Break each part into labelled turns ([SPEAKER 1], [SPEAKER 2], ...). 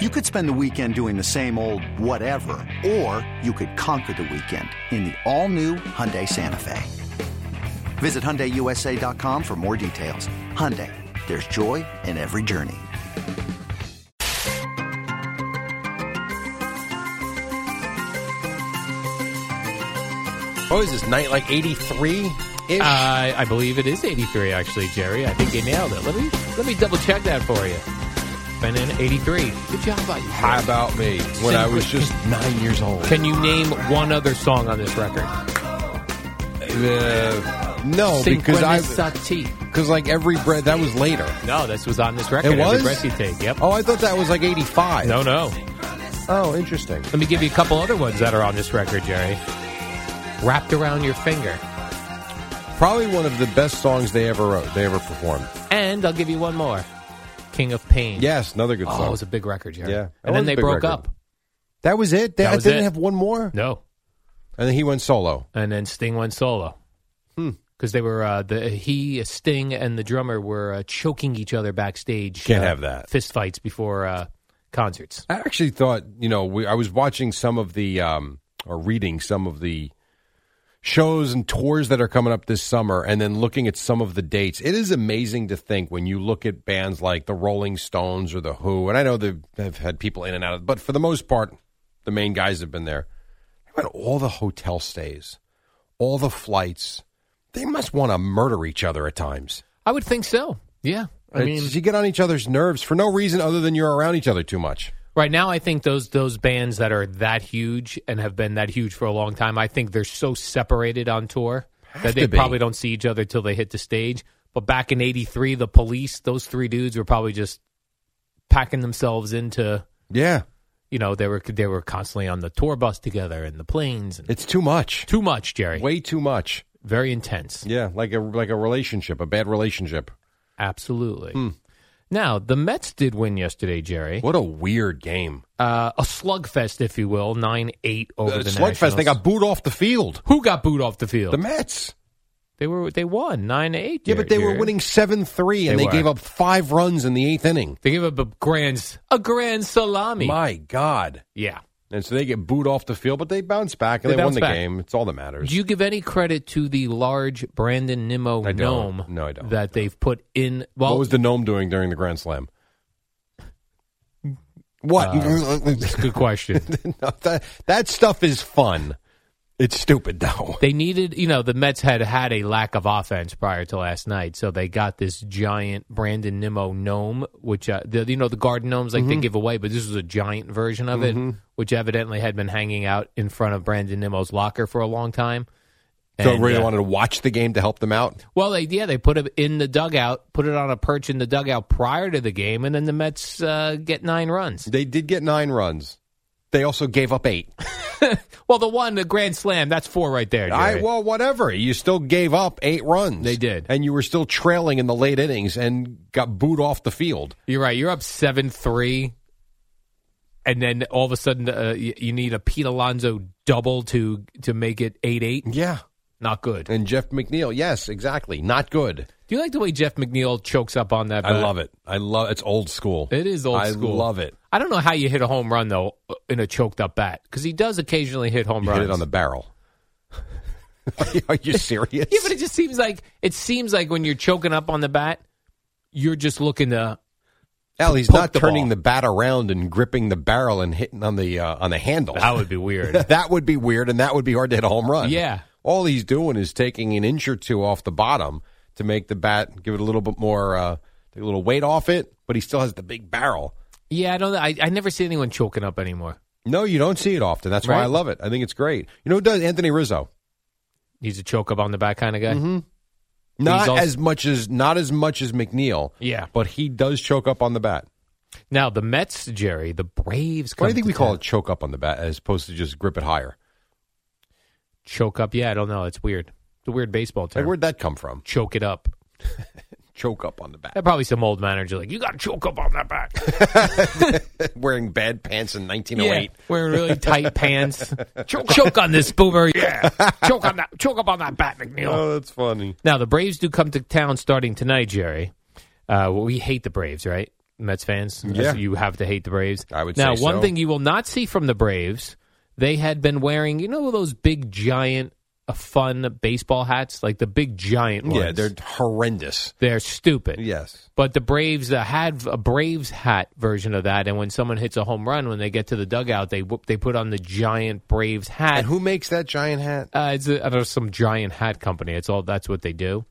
[SPEAKER 1] You could spend the weekend doing the same old whatever, or you could conquer the weekend in the all-new Hyundai Santa Fe. Visit HyundaiUSA.com for more details. Hyundai, there's joy in every journey.
[SPEAKER 2] What Oh, is this night like 83?
[SPEAKER 3] Uh, I believe it is 83, actually, Jerry. I think you nailed it. Let me let me double check that for you. Been in 83. Good job by you. Jerry.
[SPEAKER 2] How about me? When I was just uh, nine years old.
[SPEAKER 3] Can you name one other song on this record?
[SPEAKER 2] Uh,
[SPEAKER 3] Oh,
[SPEAKER 2] no, because I
[SPEAKER 3] Synchronicity.
[SPEAKER 2] because like every bread that was later.
[SPEAKER 3] No, this was on this record.
[SPEAKER 2] It was?
[SPEAKER 3] Every breath you take. Yep.
[SPEAKER 2] Oh, I thought that was like 85.
[SPEAKER 3] No, no.
[SPEAKER 2] Oh, interesting.
[SPEAKER 3] Let me give you a couple other ones that are on this record, Jerry. Wrapped around your finger.
[SPEAKER 2] Probably one of the best songs they ever wrote, they ever performed.
[SPEAKER 3] And I'll give you one more. King of Pain.
[SPEAKER 2] Yes, another good
[SPEAKER 3] Oh,
[SPEAKER 2] song.
[SPEAKER 3] it was a big record, Jerry.
[SPEAKER 2] Yeah, that was
[SPEAKER 3] And then
[SPEAKER 2] a
[SPEAKER 3] they
[SPEAKER 2] big
[SPEAKER 3] broke
[SPEAKER 2] record.
[SPEAKER 3] up.
[SPEAKER 2] that was it. They,
[SPEAKER 3] That was
[SPEAKER 2] I didn't
[SPEAKER 3] it.
[SPEAKER 2] have one more,
[SPEAKER 3] No.
[SPEAKER 2] and then he went solo.
[SPEAKER 3] and then Sting went solo.
[SPEAKER 2] Hmm.
[SPEAKER 3] Because they were uh, the he Sting and the drummer were uh, choking each other backstage.
[SPEAKER 2] Can't
[SPEAKER 3] uh,
[SPEAKER 2] have that.
[SPEAKER 3] Fist fights before uh, concerts.
[SPEAKER 2] I actually thought, you know, we, I was watching some of the um, or reading some of the shows and tours that are coming up this summer, and then looking at some of the dates. It is amazing to think when you look at bands like the Rolling Stones or the Who, and I know they've have had people in and out, of, but for the most part, the main guys have been there. How about all the hotel stays, all the flights? They must want to murder each other at times.
[SPEAKER 3] I would think so. Yeah, I mean,
[SPEAKER 2] It's- you get on each other's nerves for no reason other than you're around each other too much.
[SPEAKER 3] right now I think those those bands that are that huge and have been that huge for a long time, I think they're so separated on tour that they
[SPEAKER 2] to be.
[SPEAKER 3] probably don't see each other till they hit the stage. But back in '83, the police, those three dudes were probably just packing themselves into
[SPEAKER 2] Yeah,
[SPEAKER 3] you know they were they were constantly on the tour bus together and the planes and
[SPEAKER 2] it's too much.
[SPEAKER 3] too much jerry
[SPEAKER 2] Way too much.
[SPEAKER 3] very intense
[SPEAKER 2] Yeah, like a like a relationship, a bad relationship.
[SPEAKER 3] absolutely now the mets did win yesterday jerry
[SPEAKER 2] Hmm. What a weird game.
[SPEAKER 3] uh, a slugfest if you will 9-8 over
[SPEAKER 2] Uh,
[SPEAKER 3] the
[SPEAKER 2] Slugfest. They
[SPEAKER 3] Nationals.
[SPEAKER 2] got booed off the field.
[SPEAKER 3] who got booed off the field
[SPEAKER 2] The Mets.
[SPEAKER 3] they were they won 9-8
[SPEAKER 2] Yeah, but they were
[SPEAKER 3] Jerry.
[SPEAKER 2] winning seven three, and
[SPEAKER 3] They
[SPEAKER 2] they,
[SPEAKER 3] were.
[SPEAKER 2] gave up five runs in the eighth inning.
[SPEAKER 3] they gave up a grand a grand salami
[SPEAKER 2] My God!
[SPEAKER 3] yeah
[SPEAKER 2] And so they get booed off the field, but they bounce back and
[SPEAKER 3] They
[SPEAKER 2] they, won
[SPEAKER 3] bounce
[SPEAKER 2] the
[SPEAKER 3] back.
[SPEAKER 2] game. It's all that matters.
[SPEAKER 3] do you give any credit to the large Brandon Nimmo
[SPEAKER 2] I don't.
[SPEAKER 3] gnome
[SPEAKER 2] No, I don't.
[SPEAKER 3] that they've put in? Well,
[SPEAKER 2] what was the gnome doing during the Grand Slam? What?
[SPEAKER 3] good question.
[SPEAKER 2] No, that, that stuff is fun. It's stupid though.
[SPEAKER 3] They needed, you know, the Mets had had a lack of offense prior to last night, so they got this giant Brandon Nimmo gnome, which uh, the, you know the garden gnomes like they
[SPEAKER 2] Mm-hmm.
[SPEAKER 3] give away, but this was a giant version of it, which evidently had been hanging out in front of Brandon Nimmo's locker for a long time.
[SPEAKER 2] so
[SPEAKER 3] And,
[SPEAKER 2] everybody
[SPEAKER 3] uh,
[SPEAKER 2] wanted to watch the game to help them out.
[SPEAKER 3] well, they yeah they put it in the dugout, put it on a perch in the dugout prior to the game, and then the Mets uh, get nine runs.
[SPEAKER 2] They did get nine runs. They also gave up eight.
[SPEAKER 3] Well, the one the grand slam that's four right there.
[SPEAKER 2] I,
[SPEAKER 3] Jerry.
[SPEAKER 2] well, whatever. You still gave up eight runs.
[SPEAKER 3] They did.
[SPEAKER 2] And you were still trailing in the late innings and got booed off the field.
[SPEAKER 3] You're right. You're up seven three, and then all of a sudden uh, you, you need a Pete Alonso double to to make it eight eight.
[SPEAKER 2] Yeah.
[SPEAKER 3] Not good.
[SPEAKER 2] And Jeff McNeil. Yes, exactly. Not good.
[SPEAKER 3] Do you like the way Jeff McNeil chokes up on that?
[SPEAKER 2] I
[SPEAKER 3] bat?
[SPEAKER 2] love it. I love It's old school.
[SPEAKER 3] It is old
[SPEAKER 2] I
[SPEAKER 3] school.
[SPEAKER 2] love it.
[SPEAKER 3] I don't know how you hit a home run though uh, in a choked up bat because he does occasionally hit home
[SPEAKER 2] You
[SPEAKER 3] runs.
[SPEAKER 2] hit it on the barrel. Are you serious?
[SPEAKER 3] yeah, but it just seems like it seems like when you're choking up on the bat, you're just looking to
[SPEAKER 2] Al, he's
[SPEAKER 3] poke
[SPEAKER 2] not
[SPEAKER 3] the
[SPEAKER 2] turning
[SPEAKER 3] ball.
[SPEAKER 2] the bat around and gripping the barrel and hitting on the uh, on the handle.
[SPEAKER 3] That would be weird.
[SPEAKER 2] that would be weird, and that would be hard to hit a home run.
[SPEAKER 3] Yeah.
[SPEAKER 2] All he's doing is taking an inch or two off the bottom to make the bat give it a little bit more, uh, take a little weight off it, but he still has the big barrel.
[SPEAKER 3] yeah, I don't. I, I never see anyone choking up anymore.
[SPEAKER 2] No, you don't see it often. That's why I
[SPEAKER 3] Right.
[SPEAKER 2] love it. I think it's great. You know who does? Anthony Rizzo.
[SPEAKER 3] He's a choke up on the back kind of guy.
[SPEAKER 2] Mm-hmm. Not
[SPEAKER 3] also-
[SPEAKER 2] as much as not as much as McNeil.
[SPEAKER 3] Yeah.
[SPEAKER 2] but he does choke up on the bat.
[SPEAKER 3] Now the Mets, Jerry, the Braves.
[SPEAKER 2] Why do you
[SPEAKER 3] come
[SPEAKER 2] think
[SPEAKER 3] to
[SPEAKER 2] we call
[SPEAKER 3] town.
[SPEAKER 2] it choke up on the bat as opposed to just grip it higher?
[SPEAKER 3] choke up? Yeah, I don't know. It's weird. It's a weird baseball
[SPEAKER 2] Like,
[SPEAKER 3] term.
[SPEAKER 2] where'd that come from?
[SPEAKER 3] choke it up.
[SPEAKER 2] Choke up on the bat.
[SPEAKER 3] That probably some old manager like you got to choke up on that back.
[SPEAKER 2] Wearing bad pants in 1908.
[SPEAKER 3] wearing really tight pants. Choke, choke on this boomer. Yeah, choke on that. Choke up on that bat, McNeil.
[SPEAKER 2] Oh, that's funny.
[SPEAKER 3] Now the Braves do come to town starting tonight, Jerry. Uh, well, we hate the Braves, right? Mets fans,
[SPEAKER 2] Yeah.
[SPEAKER 3] you have to hate the Braves.
[SPEAKER 2] I would
[SPEAKER 3] Now,
[SPEAKER 2] say
[SPEAKER 3] one
[SPEAKER 2] so.
[SPEAKER 3] thing you will not see from the Braves, they had been wearing, you know, those big giant, uh, fun baseball hats, like the big giant ones.
[SPEAKER 2] Yeah, they're horrendous.
[SPEAKER 3] they're stupid.
[SPEAKER 2] Yes.
[SPEAKER 3] But the Braves uh, had a Braves hat version of that, and when someone hits a home run, when they get to the dugout, they whoop, they put on the giant Braves hat.
[SPEAKER 2] And who makes that giant hat?
[SPEAKER 3] Uh, it's a, I don't know, some giant hat company. It's all that's what they do.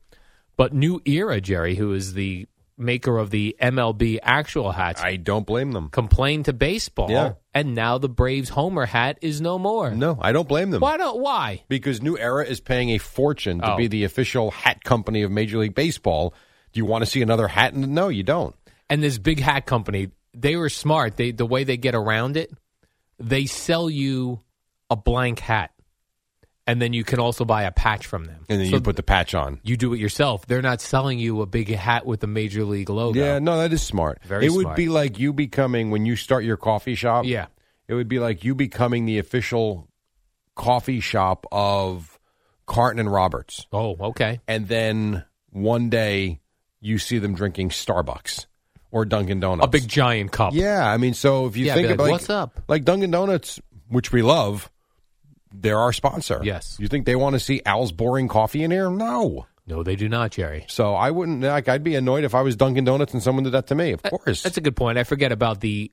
[SPEAKER 3] But New Era Jerry, who is the maker of the MLB actual hats,
[SPEAKER 2] I don't blame them.
[SPEAKER 3] complained to baseball,
[SPEAKER 2] Yeah.
[SPEAKER 3] and now the Braves Homer hat is no more.
[SPEAKER 2] No, I don't blame them.
[SPEAKER 3] Why don't? Why?
[SPEAKER 2] Because New Era is paying a fortune to
[SPEAKER 3] Oh.
[SPEAKER 2] be the official hat company of Major League Baseball. Do you want to see another hat? No, you don't.
[SPEAKER 3] And this big hat company, they were smart. They the way they get around it, they sell you a blank hat, and then you can also buy a patch from them.
[SPEAKER 2] And then
[SPEAKER 3] So
[SPEAKER 2] you put the patch on.
[SPEAKER 3] you do it yourself. They're not selling you a big hat with a major league logo.
[SPEAKER 2] Yeah, no, that is smart.
[SPEAKER 3] Very
[SPEAKER 2] it would
[SPEAKER 3] smart.
[SPEAKER 2] be like you becoming when you start your coffee shop.
[SPEAKER 3] yeah.
[SPEAKER 2] It would be like you becoming the official coffee shop of Carton and Roberts.
[SPEAKER 3] Oh, okay.
[SPEAKER 2] and then one day you see them drinking Starbucks or Dunkin' Donuts.
[SPEAKER 3] a big giant cup.
[SPEAKER 2] yeah. I mean, so if you
[SPEAKER 3] Yeah,
[SPEAKER 2] think
[SPEAKER 3] be like,
[SPEAKER 2] about
[SPEAKER 3] "What's up?"
[SPEAKER 2] like Dunkin' Donuts, which we love, they're our sponsor.
[SPEAKER 3] Yes.
[SPEAKER 2] you think they want to see Al's boring coffee in here? No.
[SPEAKER 3] No, they do not, Jerry.
[SPEAKER 2] So I wouldn't. Like, I'd be annoyed if I was Dunkin' Donuts and someone did that to me. Of course.
[SPEAKER 3] Uh, That's a good point. I forget about the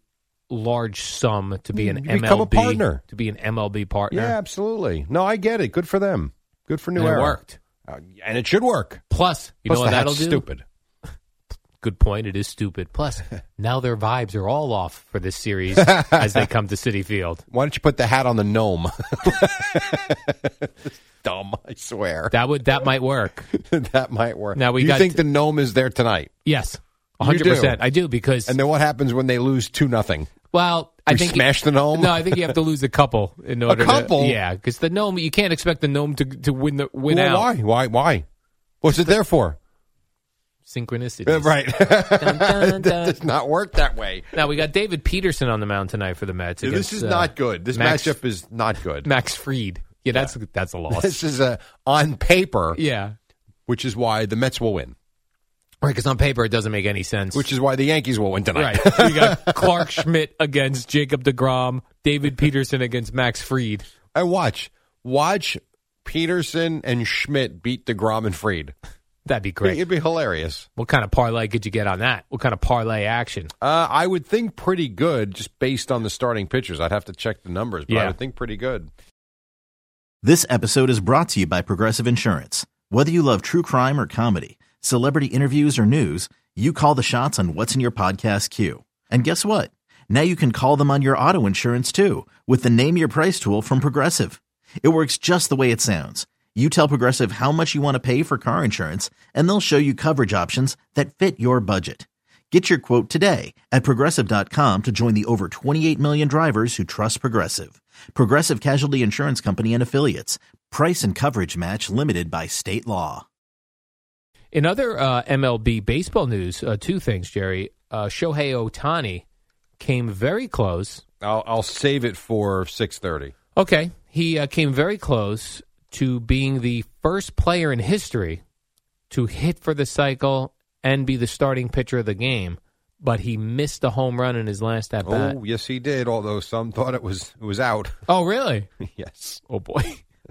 [SPEAKER 3] large sum to be an
[SPEAKER 2] You
[SPEAKER 3] MLB
[SPEAKER 2] become a partner.
[SPEAKER 3] to be an MLB partner.
[SPEAKER 2] yeah, absolutely. No, I get it. Good for them. Good for New
[SPEAKER 3] and it
[SPEAKER 2] Era.
[SPEAKER 3] worked.
[SPEAKER 2] Uh, and it should work.
[SPEAKER 3] Plus, you
[SPEAKER 2] Plus
[SPEAKER 3] know
[SPEAKER 2] the
[SPEAKER 3] what
[SPEAKER 2] hat's
[SPEAKER 3] that'll do?
[SPEAKER 2] Stupid.
[SPEAKER 3] Good point. It is stupid. Plus, now their vibes are all off for this series as they come to City Field.
[SPEAKER 2] Why don't you put the hat on the gnome? Dumb, I swear.
[SPEAKER 3] That would that might work.
[SPEAKER 2] that might work.
[SPEAKER 3] Now we
[SPEAKER 2] you
[SPEAKER 3] got
[SPEAKER 2] think
[SPEAKER 3] to-
[SPEAKER 2] the gnome is there tonight,
[SPEAKER 3] Yes,
[SPEAKER 2] You
[SPEAKER 3] hundred percent.
[SPEAKER 2] do.
[SPEAKER 3] I do because
[SPEAKER 2] and then what happens when they lose two nothing?
[SPEAKER 3] well, I
[SPEAKER 2] You
[SPEAKER 3] think
[SPEAKER 2] smash the gnome.
[SPEAKER 3] No, I think you have to lose a couple in order.
[SPEAKER 2] couple?
[SPEAKER 3] to, yeah, because the gnome you can't expect the gnome to to win the win
[SPEAKER 2] well,
[SPEAKER 3] out.
[SPEAKER 2] why? Why? Why? What's it there for?
[SPEAKER 3] Synchronicity,
[SPEAKER 2] Uh, Right.
[SPEAKER 3] Dun,
[SPEAKER 2] that
[SPEAKER 3] dun, dun.
[SPEAKER 2] does not work that way.
[SPEAKER 3] Now we got David Peterson on the mound tonight for the Mets.
[SPEAKER 2] this
[SPEAKER 3] against,
[SPEAKER 2] is
[SPEAKER 3] uh,
[SPEAKER 2] not good. This
[SPEAKER 3] Max,
[SPEAKER 2] matchup is not good.
[SPEAKER 3] Max Freed. Yeah, that's that's a loss.
[SPEAKER 2] This is a on paper,
[SPEAKER 3] yeah,
[SPEAKER 2] which is why the Mets will win,
[SPEAKER 3] right. Because on paper it doesn't make any sense.
[SPEAKER 2] which is why the Yankees will win tonight.
[SPEAKER 3] right. we got Clark Schmidt against Jacob Degrom. David Peterson against Max Freed.
[SPEAKER 2] And watch, watch Peterson and Schmidt beat Degrom and Freed.
[SPEAKER 3] That'd be great.
[SPEAKER 2] It'd be hilarious.
[SPEAKER 3] What kind of parlay could you get on that? What kind of parlay action?
[SPEAKER 2] Uh, I would think pretty good just based on the starting pitchers. I'd have to check the numbers, but I
[SPEAKER 3] Yeah.
[SPEAKER 2] would think pretty good.
[SPEAKER 4] This episode is brought to you by Progressive Insurance. Whether you love true crime or comedy, celebrity interviews or news, you call the shots on what's in your podcast queue. And guess what? Now you can call them on your auto insurance too with the Name Your Price tool from Progressive. It works just the way it sounds. You tell Progressive how much you want to pay for car insurance, and they'll show you coverage options that fit your budget. Get your quote today at progressive.com to join the over 28 million drivers who trust Progressive. Progressive Casualty Insurance Company and Affiliates. Price and coverage match limited by state law.
[SPEAKER 3] In other uh, MLB baseball news, uh, two things, Jerry. Uh, Shohei Otani came very close
[SPEAKER 2] I'll, I'll save it for six thirty.
[SPEAKER 3] Okay. He uh, came very close to being the first player in history to hit for the cycle and be the starting pitcher of the game, but he missed a home run in his last at bat.
[SPEAKER 2] Oh, yes, he did. Although some thought it was it was out.
[SPEAKER 3] Oh, really?
[SPEAKER 2] yes,
[SPEAKER 3] Oh, boy.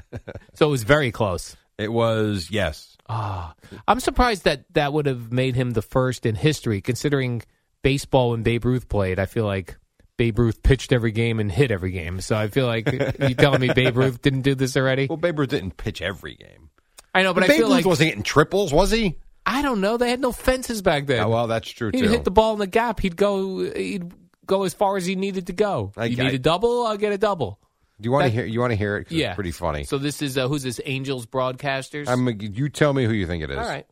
[SPEAKER 3] so it was very close.
[SPEAKER 2] it was. Yes,
[SPEAKER 3] Ah, I'm surprised that that would have made him the first in history, considering baseball when Babe Ruth played, I feel like Babe Ruth pitched every game and hit every game. So I feel like you telling me Babe Ruth didn't do this already.
[SPEAKER 2] Well, Babe Ruth didn't pitch every game.
[SPEAKER 3] I know, but I
[SPEAKER 2] Babe
[SPEAKER 3] feel
[SPEAKER 2] Ruth
[SPEAKER 3] like
[SPEAKER 2] wasn't getting triples, was he?
[SPEAKER 3] I don't know. They had no fences back then.
[SPEAKER 2] Yeah, well, that's true
[SPEAKER 3] he'd
[SPEAKER 2] too.
[SPEAKER 3] hit the ball in the gap. He'd go. He'd go as far as he needed to go.
[SPEAKER 2] I-
[SPEAKER 3] you
[SPEAKER 2] I-
[SPEAKER 3] need a double. I'll get a double.
[SPEAKER 2] Do you want to
[SPEAKER 3] that-
[SPEAKER 2] hear? You want to hear it? 'Cause
[SPEAKER 3] Yeah,
[SPEAKER 2] it's pretty funny.
[SPEAKER 3] So this is uh, who's this? Angels broadcasters.
[SPEAKER 2] I'm. You tell me who you think it is.
[SPEAKER 3] All right.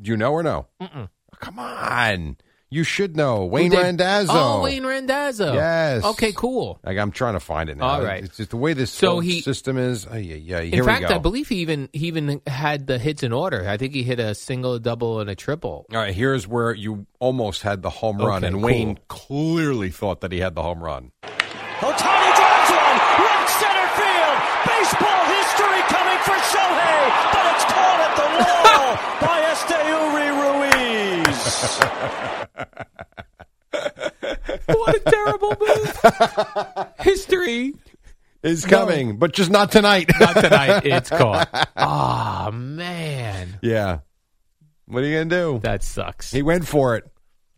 [SPEAKER 2] Do you know or no? Mm-mm. Come on, you should know. Wayne
[SPEAKER 3] Who did-
[SPEAKER 2] Randazzo.
[SPEAKER 3] Oh, Wayne Randazzo.
[SPEAKER 2] Yes.
[SPEAKER 3] Okay, cool.
[SPEAKER 2] Like, I'm trying to find it now.
[SPEAKER 3] All right.
[SPEAKER 2] It's just the way this
[SPEAKER 3] So
[SPEAKER 2] whole
[SPEAKER 3] he-
[SPEAKER 2] system is. Oh, yeah, yeah. Here
[SPEAKER 3] in fact,
[SPEAKER 2] we go.
[SPEAKER 3] I believe he even he even had the hits in order. I think he hit a single, a double, and a triple.
[SPEAKER 2] All right, here's where you almost had the home run,
[SPEAKER 3] Okay,
[SPEAKER 2] and
[SPEAKER 3] cool.
[SPEAKER 2] Wayne clearly thought that he had the home run.
[SPEAKER 5] Otani drives one, right center field. Baseball history coming for Shohei, but it's caught at the wall by Esteuri Ruiz.
[SPEAKER 3] what a terrible move! History
[SPEAKER 2] Is coming, but just not tonight.
[SPEAKER 3] tonight. It's called. Ah man,
[SPEAKER 2] yeah. What are you going to do?
[SPEAKER 3] that sucks.
[SPEAKER 2] He went for it.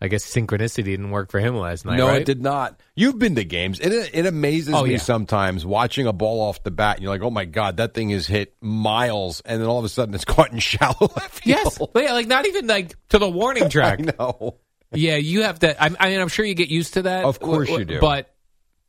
[SPEAKER 3] I guess synchronicity didn't work for him last night.
[SPEAKER 2] no,
[SPEAKER 3] right?
[SPEAKER 2] it did not. You've been to games. It, it amazes
[SPEAKER 3] Oh,
[SPEAKER 2] me
[SPEAKER 3] yeah.
[SPEAKER 2] sometimes watching a ball off the bat. And you're like, oh my God, that thing is hit miles. And then all of a sudden it's caught in shallow left
[SPEAKER 3] Yes,
[SPEAKER 2] field.
[SPEAKER 3] yeah, like not even like to the warning track.
[SPEAKER 2] No.
[SPEAKER 3] yeah, you have to. I, I mean, I'm sure you get used to that.
[SPEAKER 2] Of course
[SPEAKER 3] W-
[SPEAKER 2] you do.
[SPEAKER 3] But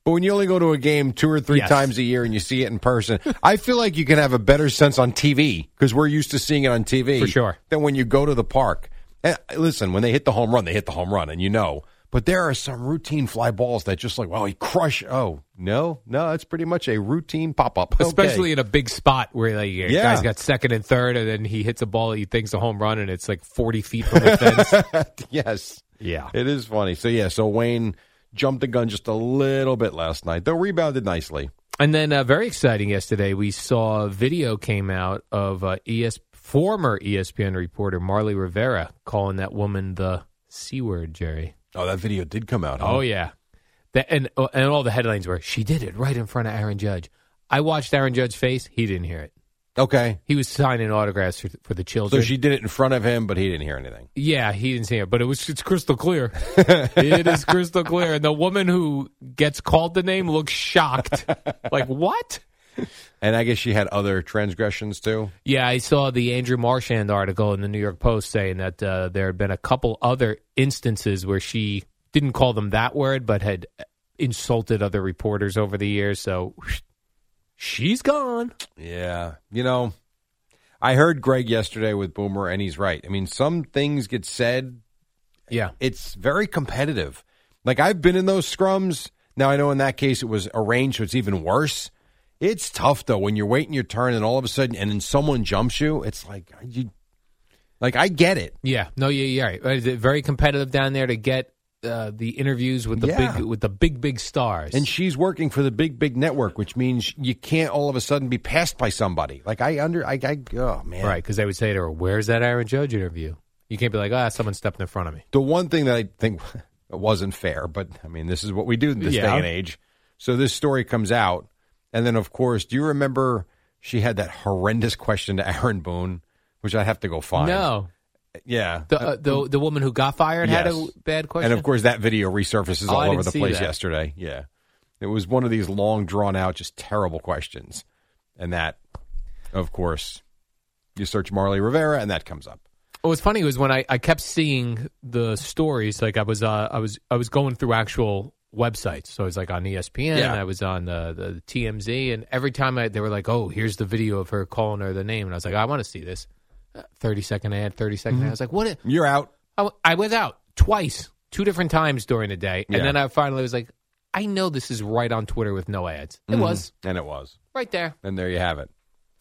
[SPEAKER 2] But when you only go to a game two or three
[SPEAKER 3] Yes.
[SPEAKER 2] times a year and you see it in person, I feel like you can have a better sense on TV because we're used to seeing it on TV
[SPEAKER 3] For sure.
[SPEAKER 2] Than when you go to the park. And uh, listen, when they hit the home run, they hit the home run, and you know. But there are some routine fly balls that just like, wow, he crush. Oh no, no, it's pretty much a routine pop up,
[SPEAKER 3] especially in a big spot where like your
[SPEAKER 2] Yeah.
[SPEAKER 3] guy's got second and third, and then he hits a ball that he thinks a home run, and it's like 40 feet from the fence.
[SPEAKER 2] yes,
[SPEAKER 3] yeah.
[SPEAKER 2] it is funny. So yeah, so Wayne jumped the gun just a little bit last night, though rebounded nicely.
[SPEAKER 3] And then uh, very exciting yesterday, we saw a video came out of uh, ES former E ESPN reporter Marley Rivera calling that woman the c word, Jerry.
[SPEAKER 2] Oh, that video did come out.
[SPEAKER 3] Oh yeah, that, and uh, and all the headlines were she did it right in front of Aaron Judge. I watched Aaron Judge's face; he didn't hear it.
[SPEAKER 2] okay.
[SPEAKER 3] He was signing autographs for, for the
[SPEAKER 2] So
[SPEAKER 3] children.
[SPEAKER 2] she did it in front of him, but he didn't hear anything.
[SPEAKER 3] Yeah, he didn't see it, but it was it's crystal clear. it is crystal clear. And the woman who gets called the name looks shocked. like, what?
[SPEAKER 2] And I guess she had other transgressions too.
[SPEAKER 3] Yeah, I saw the Andrew Marchand article in the New York Post saying that uh, there had been a couple other instances where she didn't call them that word, but had insulted other reporters over the years. So she's gone.
[SPEAKER 2] Yeah. You know, I heard Greg yesterday with Boomer, and he's right. I mean, some things get said.
[SPEAKER 3] Yeah.
[SPEAKER 2] It's very competitive. Like, I've been in those scrums. Now, I know in that case it was arranged, so it's even worse. It's tough, though, when you're waiting your turn and all of a sudden, and then someone jumps you. It's like, you, like I get it.
[SPEAKER 3] Yeah, no, yeah, yeah. Right. Is it very competitive down there to get uh, the interviews with the
[SPEAKER 2] Yeah.
[SPEAKER 3] big with the big big stars?
[SPEAKER 2] And she's working for the big, big network, which means you can't all of a sudden be passed by somebody. Like, I under, I, I oh, man.
[SPEAKER 3] Right, because they would say to her, "Where's that Aaron Judge interview?" You can't be like, "Ah, someone stepped in front of me."
[SPEAKER 2] the one thing that I think wasn't fair, but I mean, this is what we do in this
[SPEAKER 3] Yeah.
[SPEAKER 2] day and age. So this story comes out, and then of course, do you remember she had that horrendous question to Aaron Boone, which I have to go find.
[SPEAKER 3] No,
[SPEAKER 2] yeah,
[SPEAKER 3] the uh, the the woman who got fired had a
[SPEAKER 2] Yes.
[SPEAKER 3] bad question.
[SPEAKER 2] and of course that video resurfaces
[SPEAKER 3] Oh, I
[SPEAKER 2] all over
[SPEAKER 3] didn't
[SPEAKER 2] the
[SPEAKER 3] see
[SPEAKER 2] place
[SPEAKER 3] that.
[SPEAKER 2] yesterday. Yeah, it was one of these long, drawn out, just terrible questions, and that, of course, you search Marley Rivera, and that comes up.
[SPEAKER 3] what was funny was when I, I kept seeing the stories. Like I was uh, I was I was going through actual websites. So I was like on E ESPN.
[SPEAKER 2] Yeah.
[SPEAKER 3] I was on the, the TMZ, and every time I, they were like, "Oh, here's the video of her calling her the name," and I was like, "I want to see this." Uh, Thirty second ad, thirty second
[SPEAKER 2] Mm-hmm.
[SPEAKER 3] ad. I was like, "What?"
[SPEAKER 2] You're out.
[SPEAKER 3] I, I was out twice, two different times during the day,
[SPEAKER 2] Yeah.
[SPEAKER 3] and then I finally was like, I know this is right on Twitter with no ads. It was
[SPEAKER 2] and it was,
[SPEAKER 3] right there,
[SPEAKER 2] and there you have it.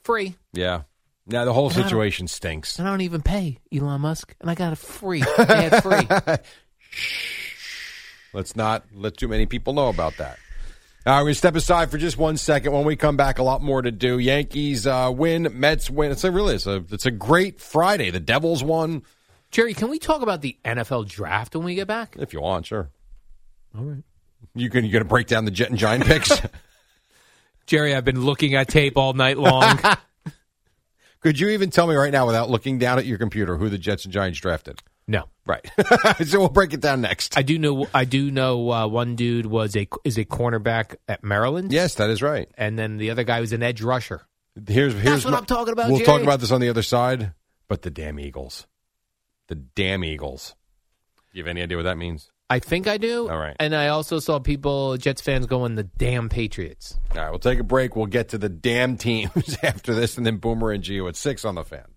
[SPEAKER 3] free,
[SPEAKER 2] Yeah. Now the whole situation stinks.
[SPEAKER 3] and I don't even pay Elon Musk, and I got it free, ad free.
[SPEAKER 2] Let's not let too many people know about that. All right, we're going to step aside for just one second. When we come back, a lot more to do. Yankees uh, win, Mets win. It's a really it's a, it's a great Friday. The Devils won.
[SPEAKER 3] Jerry, can we talk about the NFL draft when we get back?
[SPEAKER 2] If you want, sure. All right. You can you going to break down the Jet and Giant picks?
[SPEAKER 3] Jerry, I've been looking at tape all night long.
[SPEAKER 2] Could you even tell me right now without looking down at your computer who the Jets and Giants drafted?
[SPEAKER 3] No.
[SPEAKER 2] Right. so we'll break it down next.
[SPEAKER 3] I do know. I do know. Uh, one dude was a is a cornerback at Maryland.
[SPEAKER 2] yes, that is right.
[SPEAKER 3] and then the other guy was an edge rusher.
[SPEAKER 2] Here's here's
[SPEAKER 3] what I'm talking about,
[SPEAKER 2] We'll
[SPEAKER 3] Jerry.
[SPEAKER 2] talk about this on the other side. But the damn Eagles, the damn Eagles. Do you have any idea what that means?
[SPEAKER 3] I think I do.
[SPEAKER 2] All right.
[SPEAKER 3] And I also saw people Jets fans going the damn Patriots.
[SPEAKER 2] All right, we'll take a break. We'll get to the damn teams after this, and then Boomer and Geo at six on the fan.